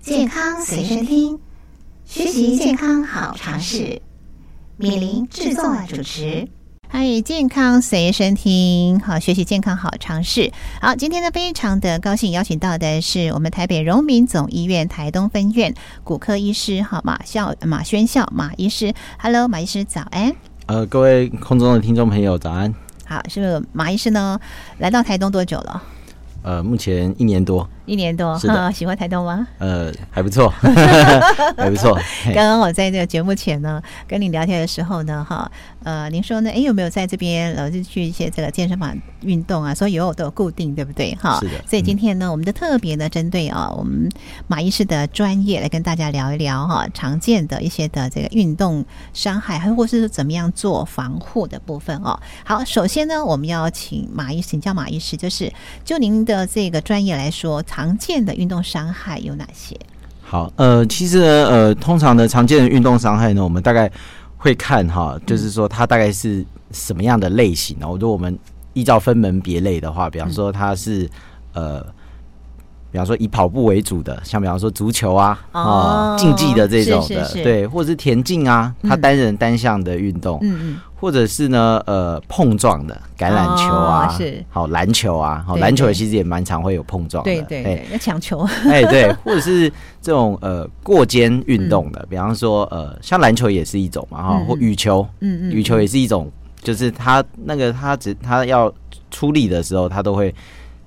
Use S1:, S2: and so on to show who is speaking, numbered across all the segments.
S1: 健康随身听，学习健康好常识。米林制作主持。
S2: 嗨，健康随身听，好学习健康好尝试。好，今天呢非常的高兴邀请到的是我们台北荣民总医院台东分院骨科医师哈马孝马宣孝马医师。Hello，马医师早安。
S3: 呃，各位空中的听众朋友，早安。
S2: 好，是不是马医师呢来到台东多久了？
S3: 呃，目前一年多，
S2: 一年多，
S3: 是 的
S2: 哈喜欢台东吗？
S3: 呃，还不错， 还不错。嘿
S2: 刚刚我在这个节目前呢，跟你聊天的时候呢，哈，呃，您说呢，哎，有没有在这边呃，就去一些这个健身房运动啊？所以有都有固定，对不对？哈，
S3: 是的嗯
S2: 所以今天呢，我们的特别呢，针对啊，我们马医师的专业来跟大家聊一聊哈，常见的一些的这个运动伤害，还或是怎么样做防护的部分哦。好，首先呢，我们要请马医请教马医师，就是就您的这个专业来说，常见的运动伤害有哪些？
S3: 好，呃，其实呢，呃，通常的常见的运动伤害呢，我们大概会看哈，
S2: 嗯
S3: 就是说它大概是什么样的类型哦。如果我们依照分门别类的话，比
S2: 嗯
S3: 方说它是呃，比方说以跑步为主的，像比方说足球啊，
S2: 哦
S3: 竞技的这种
S2: 是
S3: 的，
S2: 是是
S3: 对，或者是田径啊，它
S2: 嗯
S3: 单人单项的运动，
S2: 嗯嗯。
S3: 或者是呢，呃，碰撞的橄榄球啊，
S2: 哦是
S3: 好篮球啊，好
S2: 对
S3: 篮球
S2: 对
S3: 其实也蛮常会有碰撞的，
S2: 对对对，要抢球，
S3: 哎、哎对，或者是这种呃过肩运动的，比方说呃像篮球也是一种嘛哈，
S2: 嗯
S3: 或羽球，
S2: 嗯嗯，
S3: 羽球也是一种，就是他那个他只他要出力的时候，他都会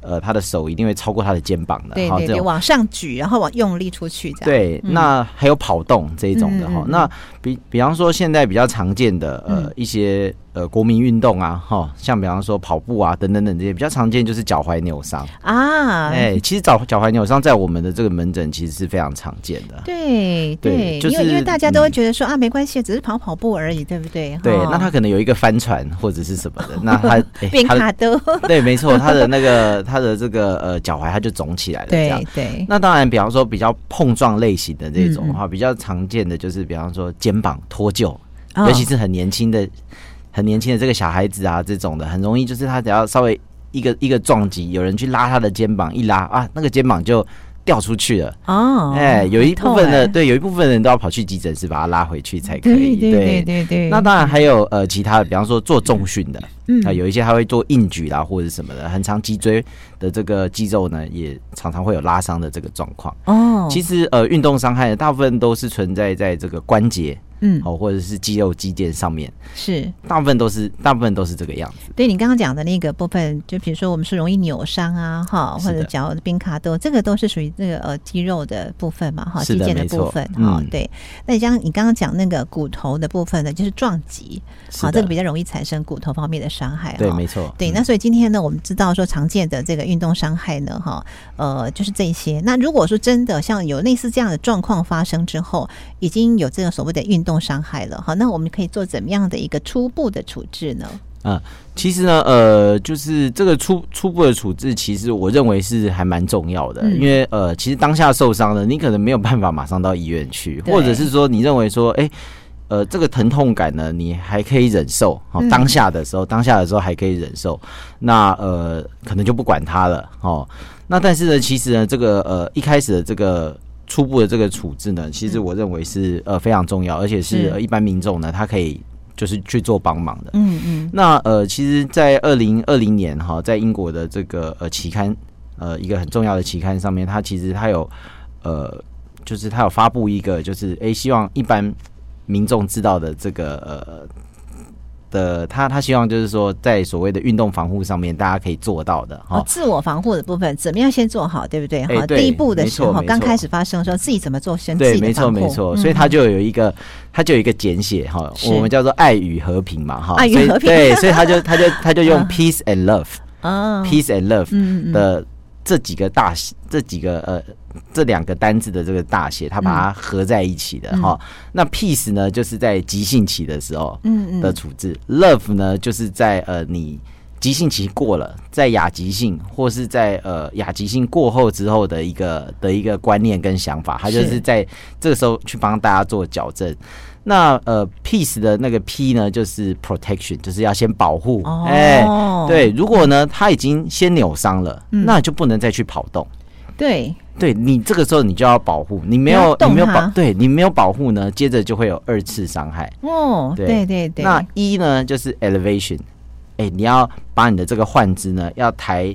S3: 呃他的手一定会超过他的肩膀的，
S2: 对
S3: 哈
S2: 对
S3: 这
S2: 对，
S3: 种
S2: 往上举，然后往用力出去，这样
S3: 对，那还有跑动这一种
S2: 嗯
S3: 的
S2: 嗯嗯
S3: 哈、
S2: 嗯
S3: 那比比方说现在比较常见的呃、
S2: 嗯
S3: 一些呃国民运动啊哈，像比方说跑步啊等等等这些比较常见就是脚踝扭伤。
S2: 啊，
S3: 哎、其实脚脚踝扭伤在我们的这个门诊其实是非常常见的。
S2: 对对，
S3: 对就
S2: 因为因为
S3: 是
S2: 大家都会
S3: 嗯
S2: 觉得说啊，没关系，只是跑跑步而已，对不对？
S3: 对
S2: 哈，
S3: 那他可能有一个帆船或者是什么 的，那他、哎
S2: 哦变
S3: 他
S2: 卡
S3: 的
S2: 都，
S3: 对，没错，他的那个他的这个呃脚踝他就肿起来了，这样
S2: 对。对，
S3: 那当然，比方说比较碰撞类型的这
S2: 嗯
S3: 种的话，比较常见的就是比方说肩膀脱臼，
S2: 哦
S3: 尤其是很年轻的、很年轻的这个小孩子啊，这种的很容易就是他只要稍微一个一个撞击，有人去拉他的肩膀，一拉啊，那个肩膀就掉出去了。
S2: 哦，
S3: 哎、有一
S2: 很痛
S3: 部分
S2: 哎
S3: 的对，有一部分人都要跑去急诊室把他拉回去才可
S2: 对
S3: 以。
S2: 对对对对，
S3: 那当然还有呃其他的，比方说做重训的，
S2: 嗯
S3: 啊、有一些他会做硬举啦或者什么的，很长脊椎的这个肌肉呢也常常会有拉伤的这个状况。
S2: 哦，
S3: 其实呃运动伤害呢大部分都是存在在这个关节
S2: 嗯
S3: 哦或者是肌肉肌腱上面，
S2: 是
S3: 大部分都是大部分都是这个样子。
S2: 对你刚刚讲的那个部分，就比如说我们是容易扭伤啊，哈，
S3: 是
S2: 或
S3: 的
S2: 者脚冰卡豆，这个都是属于这个呃肌肉的部分嘛，哈，
S3: 是
S2: 肌
S3: 的
S2: 腱的
S3: 没
S2: 部
S3: 错
S2: 分哈、
S3: 嗯
S2: 对，那你像你刚刚讲那个骨头的部分呢，就是撞击，
S3: 是
S2: 好，
S3: 的
S2: 这个比较容易产生骨头方面的伤害，
S3: 对，
S2: 哈
S3: 没错。
S2: 对，
S3: 嗯
S2: 那所以今天呢，我们知道说常见的这个运动伤害呢，哈，呃，就是这些。那如果说真的像有类似这样的状况发生之后，已经有这个所谓的运动伤害了，哈，那我们可以做怎么样的一个初步的处置呢？
S3: 其实呢，呃，就是这个初初步的处置，其实我认为是还蛮重要的，
S2: 嗯
S3: 因为呃，其实当下受伤了，你可能没有办法马上到医院去，
S2: 对
S3: 或者是说你认为说，哎、呃，这个疼痛感呢，你还可以忍受，哦
S2: 嗯，
S3: 当下的时候，当下的时候还可以忍受，那呃，可能就不管它了，哦。那但是呢，其实呢，这个呃一开始的这个初步的这个处置呢，其实我认为是呃非常重要，而且是
S2: 嗯是
S3: 呃一般民众呢，他可以就是去做帮忙的。
S2: 嗯嗯，
S3: 那呃，其实，在二零二零年哈，在英国的这个呃期刊，呃一个很重要的期刊上面，它其实它有呃，就是它有发布一个，就是诶，希望一般民众知道的这个呃的，他他希望就是说，在所谓的运动防护上面，大家可以做到的哈。
S2: 哦，自我防护的部分怎么样先做好，对不对？
S3: 哎
S2: 哈，
S3: 对
S2: 第一步的
S3: 没
S2: 时
S3: 错
S2: 候，
S3: 没
S2: 刚
S3: 错
S2: 开始发生的时候，自己怎么做先自
S3: 对，
S2: 己
S3: 没
S2: 的
S3: 错，
S2: 防护？
S3: 没错，所以它就有一个，它就有一个简写哈，
S2: 是
S3: 我们叫做爱与和平嘛哈，
S2: 爱与
S3: 所以
S2: 和平
S3: 对，所以他就他就他就用
S2: 嗯
S3: peace and love，
S2: 啊，
S3: peace and love
S2: 嗯
S3: 的这几个大写这几个呃这两个单字的这个大写，它把
S2: 嗯
S3: 它合在一起的哈、那 peace 呢，就是在急性期的时候
S2: 嗯
S3: 的
S2: 嗯，
S3: 处置、l o v e 呢，就是在呃你急性期过了，在亚急性或是在呃亚急性过后之后的一个的一个观念跟想法，它就是是在这个时候去帮大家做矫正。那呃，peace 的那个 P 呢，就是 protection，就是要先保护，哎
S2: 哦，嗯
S3: 对，如果呢他已经先扭伤了，那就不能再去跑动。
S2: 对，
S3: 对你这个时候你就要保护，你没
S2: 不
S3: 有
S2: 要动
S3: 你没有
S2: 它
S3: 保，对你没有保护呢，接着就会有二次伤害。
S2: 哦，
S3: 对
S2: 对对对，
S3: 那一呢就是 elevation，哎、你要把你的这个患肢呢要抬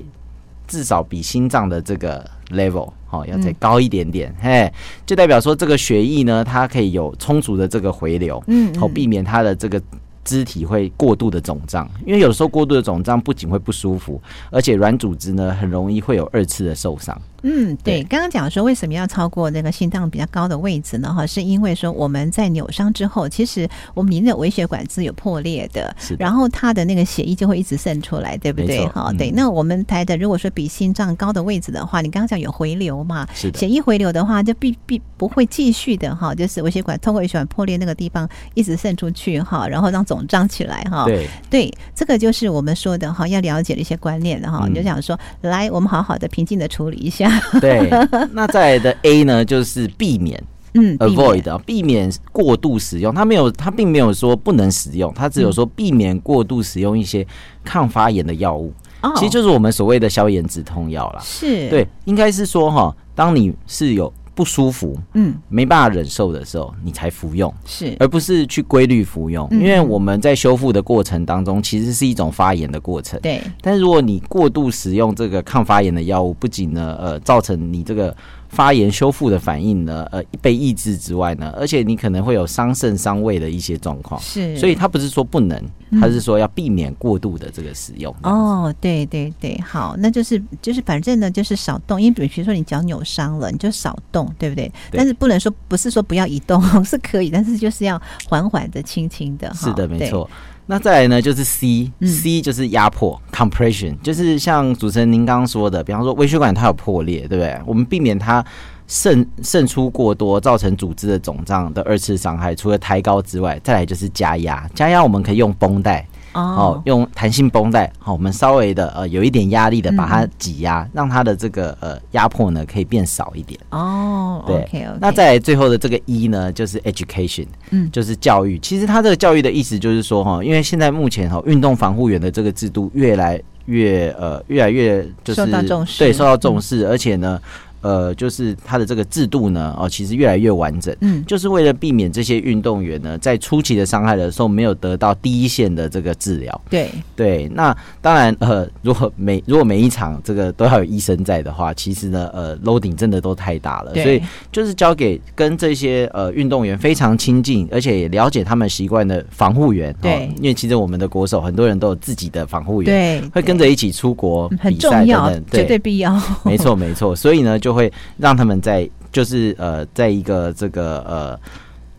S3: 至少比心脏的这个 level 好、要
S2: 嗯
S3: 再高一点点，嘿，就代表说这个血液呢它可以有充足的这个回流，
S2: 嗯
S3: 好、避免它的这个。肢体会过度的肿胀，因为有时候过度的肿胀不仅会不舒服，而且软组织呢很容易会有二次的受伤。
S2: 嗯，对，
S3: 对
S2: 刚刚讲说为什么要超过那个心脏比较高的位置呢？哈，是因为说我们在扭伤之后，其实我们里面的微血管是有破裂的，
S3: 是的
S2: 然后它的那个血液就会一直渗出来，对不对？
S3: 没错
S2: 哈、
S3: 嗯
S2: 对。那我们抬的如果说比心脏高的位置的话，你刚刚讲有回流嘛，
S3: 是的
S2: 血液回流的话，就必必不会继续的哈，就是微血管通过微血管破裂那个地方一直渗出去哈，然后让肿胀起来哈。
S3: 对，
S2: 对，这个就是我们说的哈，要了解的一些观念的哈。
S3: 嗯
S2: 你就想说，来，我们好好的平静的处理一下，
S3: 对，那再来的 A 呢，就是避免
S2: 嗯
S3: avoid 啊，避免过度使用。它没有，它并没有说不能使用，它只有说避免过度使用一些抗发炎的药物，
S2: 哦，
S3: 其实就是我们所谓的消炎止痛药啦。
S2: 是，，
S3: 对，应该是说哈，当你是有不舒服、
S2: 嗯，
S3: 没办法忍受的时候，你才服用。
S2: 是，
S3: 而不是去规律服用，因为我们在修复的过程当中，其实是一种发炎的过程。
S2: 对，
S3: 但是如果你过度使用这个抗发炎的药物，不仅呢呃造成你这个发炎修复的反应呢呃被抑制之外呢，而且你可能会有伤肾伤胃的一些状况。
S2: 是，嗯
S3: 所以它不是说不能，它是说要避免过度的这个使用。
S2: 哦，对对对，好，那就是就是反正呢，就是少动，因为比如说你脚扭伤了，你就少动，对不对？
S3: 对
S2: 但是不能说不是说不要移动， 是可以，但是就是要缓缓的、轻轻的。
S3: 是
S2: 哈
S3: 的，没。错。那再来呢，就是 C，C、
S2: 嗯
S3: C 就是压迫 （compression），就是像主持人您刚刚说的，比方说微血管它有破裂，对不对？我们避免它渗渗出过多，造成组织的肿胀的二次伤害。除了抬高之外，再来就是加压，加压我们可以用绷带
S2: 对
S3: 哦
S2: 哦，
S3: 用弹性绷带，好、我们稍微的呃有一点压力的把它挤压，让它的这个呃压迫呢可以变少一点。
S2: 哦
S3: 对
S2: ，OK OK，
S3: 那再来最后的这个一呢，就是 education，
S2: 嗯
S3: 就是教育。其实它这个教育的意思就是说哈，因为现在目前哈运动防护员的这个制度越来越呃越来越就是
S2: 受到重视嗯
S3: 对，受到重视，而且呢。呃，就是它的这个制度呢，哦，其实越来越完整，
S2: 嗯
S3: 就是为了避免这些运动员呢在初期的伤害的时候没有得到第一线的这个治疗。
S2: 对，
S3: 对，那当然，呃，如果每如果每一场这个都要有医生在的话，其实呢，呃，loading 真的都太大了，
S2: 对
S3: 所以就是交给跟这些呃运动员非常亲近，而且也了解他们习惯的防护员，哦
S2: 对
S3: 因为其实我们的国手很多人都有自己的防护员，
S2: 对，
S3: 会跟
S2: 对
S3: 着一起出国
S2: 嗯很
S3: 比赛
S2: 重
S3: 等
S2: 要
S3: 等，，
S2: 绝对必要。
S3: 没错没错，所以呢，就会让他们在就是呃，在一个这个呃。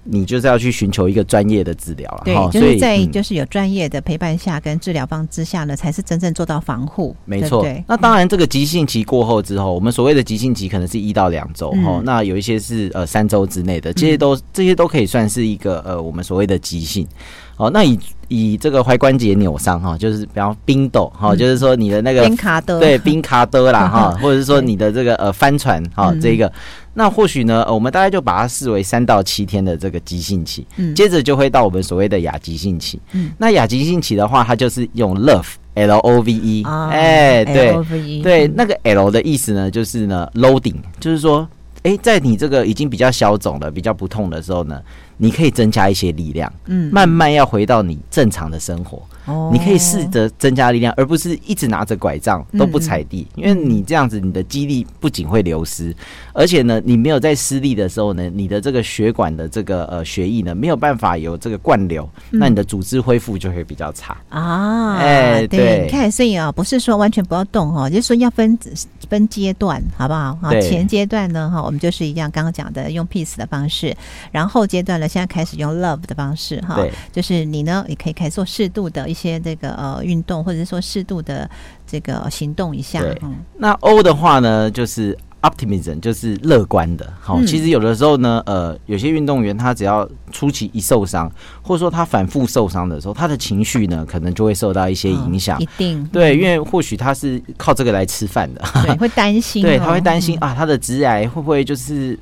S3: 你就是要去寻求一个专业的治疗了，
S2: 对
S3: 齁，
S2: 就
S3: 所
S2: 是
S3: 以
S2: 在
S3: 嗯
S2: 就是有专业的陪伴下跟治疗方之下呢，才是真正做到防护。
S3: 没
S2: 对不
S3: 错，
S2: 对，
S3: 那当然，这个急性期过后之后，我们所谓的急性期可能是一到两周
S2: 嗯
S3: 哦，那有一些是呃三周之内的，这些都、这些都可以算是一个呃我们所谓的急性。哦，那以以这个踝关节扭伤哈、就是比方冰斗
S2: 嗯
S3: 哈、就是说你的那个
S2: 边卡的
S3: 对冰卡的啦 哈，或者是说你的这个呃帆船哈、
S2: 嗯
S3: 这个，那或许呢、呃我们大概就把它视为三到七天的这个急性期，
S2: 嗯
S3: 接着就会到我们所谓的亚急性期。
S2: 嗯
S3: 那亚急性期的话，它就是用 love l o v e，哎、
S2: 啊，
S3: 对
S2: LOVE
S3: 对，那个 L 的意思呢，就是呢 loading，就是说，哎、在你这个已经比较消肿了、比较不痛的时候呢，你可以增加一些力量，
S2: 嗯，
S3: 慢慢要回到你正常的生活。
S2: 哦
S3: 你可以试着增加力量，而不是一直拿着拐杖都不踩地，因为你这样子，你的肌力不仅会流失，而且呢，你没有在施力的时候呢，你的这个血管的这个呃血液呢，没有办法有这个灌流，那你的组织恢复就会比较差。
S2: 啊，
S3: 哎
S2: 对，
S3: 对
S2: 你看，所以啊，不是说完全不要动哦，就是说要分分阶段，好不好？啊，
S3: 对
S2: 前阶段呢，哈，我们就是一样刚刚讲的用 peace 的方式，然后阶段呢，现在开始用 love 的方式，哈
S3: 对，
S2: 就是你呢也可以开始做适度的一些这个呃运动，或者是说适度的这个行动一下
S3: 对，
S2: 嗯，
S3: 那 O 的话呢，就是 optimism，就是乐观的。好、
S2: 嗯
S3: 其实有的时候呢，呃，有些运动员他只要初期一受伤，或者说他反复受伤的时候，他的情绪呢，可能就会受到一些影响。
S2: 嗯一定
S3: 对，因为或许他是靠这个来吃饭的，
S2: 对会担心哦，
S3: 对，他会担心啊，他的直癌会不会就是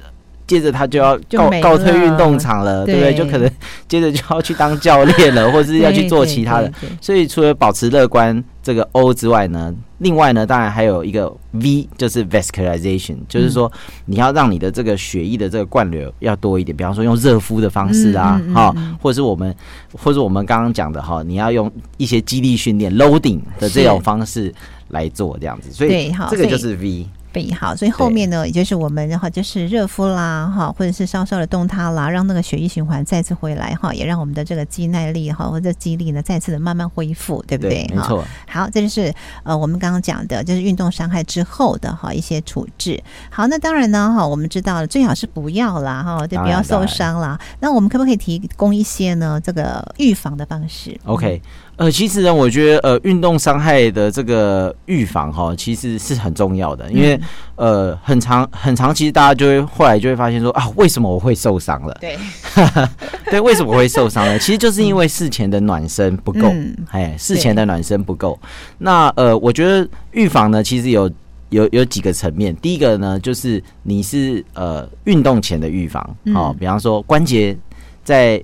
S3: 接着他就要
S2: 就
S3: 告
S2: 没
S3: 告退
S2: 了
S3: 运动场了，对不对？
S2: 对
S3: 就可能 接着就要去当 教练了，或者是要去做其他的。
S2: 对。对对对
S3: 所以除了保持乐观这个 O 之外呢，另外呢，当然还有一个 V，就是 vascularization，就是说
S2: 嗯
S3: 你要让你的这个血液的这个灌流要多一点，比方说用热敷的方式啊
S2: 嗯嗯嗯，
S3: 哈、或者是我们，或者我们刚刚讲的哈，你要用一些肌力训练 loading 的这种
S2: 是
S3: 方式来做这样子，所以
S2: 对好
S3: 这个就
S2: 所
S3: 是 V，
S2: 备好，所以后面呢，也就是我们哈，就是热敷啦，哈，或者是稍稍的动它啦，让那个血液循环再次回来哈，也让我们的这个肌耐力哈或者肌力呢再次的慢慢恢复，对不
S3: 对，没
S2: 哈，
S3: 错，
S2: 好，这就是呃我们刚刚讲的，就是运动伤害之后的哈一些处置。好，那当然呢哈，我们知道了，最好是不要啦哈，对，
S3: 当
S2: 不
S3: 然
S2: 要受伤啦。那我们可不可以提供一些呢这个预防的方式
S3: OK，呃，其实呢，我觉得呃，运动伤害的这个预防哈，其实是很重要的，因为、呃，很长很长，其实大家就会后来就会发现说啊，为什么我会受伤了？
S2: 对，
S3: 对，为什么我会受伤呢？其实就是因为事前的暖身不够，
S2: 嗯
S3: 哎，事前的暖身不够。那呃，我觉得预防呢，其实有有有几个层面。第一个呢，就是你是呃运动前的预防，哦，
S2: 嗯
S3: 比方说关节在。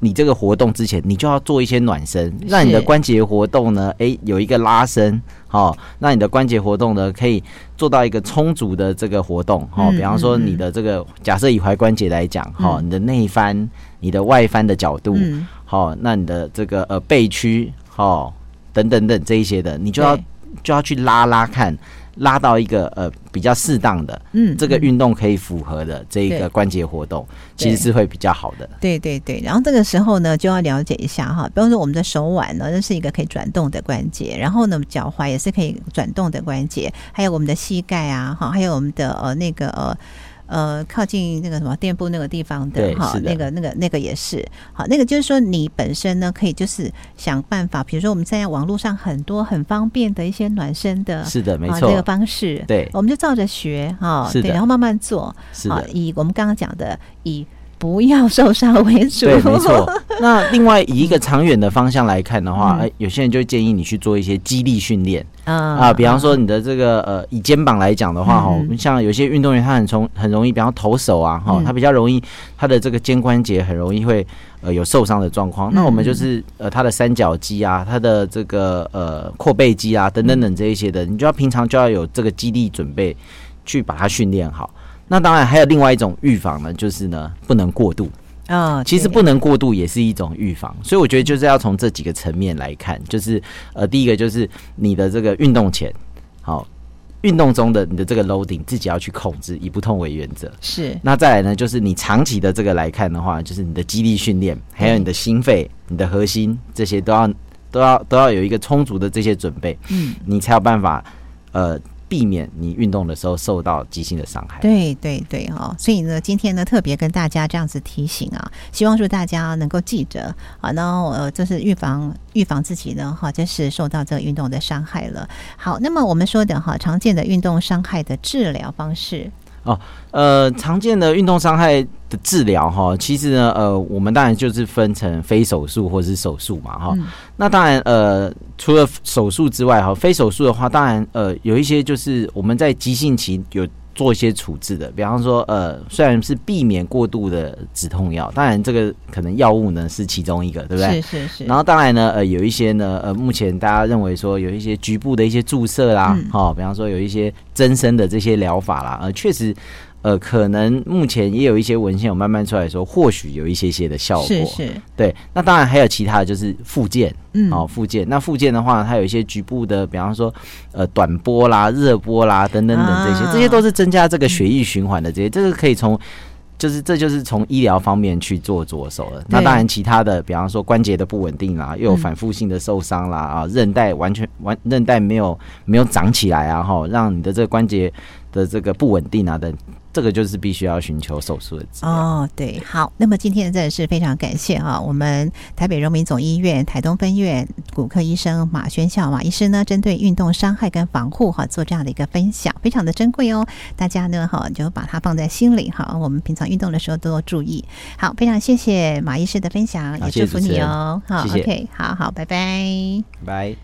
S3: 你这个活动之前，你就要做一些暖身，让你的
S2: 是
S3: 关节活动呢，诶、有一个拉伸，哦，让你的关节活动呢可以做到一个充足的这个活动，哦，
S2: 嗯
S3: 比方说
S2: 嗯嗯
S3: 你的这个，假设以踝关节来讲，哈、哦，
S2: 嗯
S3: 你的内翻，你的外翻的角度，
S2: 嗯，
S3: 好、那你的这个呃背屈，好、等等等这一些的，你就要
S2: 对
S3: 就要去拉拉看，拉到一个呃比较适当的，
S2: 嗯
S3: 这个运动可以符合的这一
S2: 对
S3: 个关节活动，
S2: 对
S3: 其实是会比较好的。
S2: 对对对，然后这个时候呢，就要了解一下哈，比方说我们的手腕呢，这是一个可以转动的关节，然后呢，脚踝也是可以转动的关节，还有我们的膝盖啊，哈，还有我们的呃那个呃。呃，靠近那个什么垫部那个地方的
S3: 对
S2: 哈，
S3: 是的
S2: 那个那个那个也是好，那个就是说你本身呢可以就是想办法，比如说我们现在网络上很多很方便的一些暖身的，
S3: 是的，没
S2: 啊
S3: 错，
S2: 这个方式，
S3: 对
S2: 我们就照着学哈，
S3: 是的
S2: 对，然后慢慢做，
S3: 是
S2: 啊
S3: 的，，
S2: 以我们刚刚讲的以不要受伤为主，
S3: 对，没 错。那另外以一个长远的方向来看的话，
S2: 嗯
S3: 哎，有些人就建议你去做一些肌力训练。
S2: 啊
S3: 啊，比方说你的这个呃，以肩膀来讲的话哈，
S2: 嗯
S3: 我们像有些运动员他很从很容易，比方投手啊哈
S2: 嗯，
S3: 他比较容易他的这个肩关节很容易会呃有受伤的状况。那我们就是呃他的三角肌啊，他的这个呃阔背肌啊等等等这一些的，你就要平常就要有这个肌力准备去把它训练好。那当然还有另外一种预防呢，就是呢不能过度。
S2: 啊，
S3: 其实
S2: 对
S3: 不能过度也是一种预防，所以我觉得就是要从这几个层面来看，就是呃，第一个就是你的这个运动前，好，运动中的你的这个 loading 自己要去控制，以不痛为原则。
S2: 是
S3: 那再来呢，就是你长期的这个来看的话，就是你的肌力训练，还有你的心肺、你的核心这些都要都要都要有一个充足的这些准备，
S2: 嗯，
S3: 你才有办法呃避免你运动的时候受到急性的伤害。
S2: 对对对哦，所以呢，今天呢特别跟大家这样子提醒啊，希望说大家能够记着啊，然后呃，就是预防预防自己呢哈，就是受到这个运动的伤害了。好，那么我们说的哈，常见的运动伤害的治疗方式，
S3: 呃，常见的运动伤害的治疗哈，其实呢，呃，我们当然就是分成非手术或是手术嘛哈。
S2: 嗯
S3: 那当然，呃，除了手术之外哈，非手术的话，当然呃，有一些就是我们在急性期有做一些处置的，比方说呃，虽然是避免过度的止痛药，当然这个可能药物呢是其中一个，对不对？
S2: 是是是，
S3: 然后当然呢，呃，有一些呢，呃，目前大家认为说有一些局部的一些注射啦
S2: 嗯，
S3: 哈、比方说有一些增生的这些疗法啦，呃，确实，呃，可能目前也有一些文献有慢慢出来说，或许有一些些的效果。
S2: 是是，
S3: 对，那当然还有其他的就是附件，
S2: 嗯，
S3: 哦，附件。那附件的话，它有一些局部的，比方说，呃，短波啦、热波啦等等等这些，
S2: 啊
S3: 这些都是增加这个血液循环的这些，这个可以从。就是，这就是从医疗方面去做着手了。那
S2: 对
S3: 当然，其他的，比方说关节的不稳定啦，又
S2: 嗯
S3: 有反复性的受伤啦，啊，韧带完全完韧带没有没有长起来啊，哈，让你的这个关节的这个不稳定啊等，这个就是必须要寻求手术的治疗。
S2: 哦，对，好，那么今天真的是非常感谢啊，我们台北荣民总医院台东分院骨科医生马宣孝马医师呢，针对运动伤害跟防护哈、做这样的一个分享，非常的珍贵哦，大家呢哈、就把它放在心里哈、我们平常运动的时候都要注意。好，非常谢谢马医师的分享，
S3: 好
S2: 也
S3: 谢谢
S2: 祝福
S3: 主持
S2: 你
S3: 人
S2: 哦。好
S3: 谢谢
S2: ，OK，好好，拜拜。
S3: 拜拜。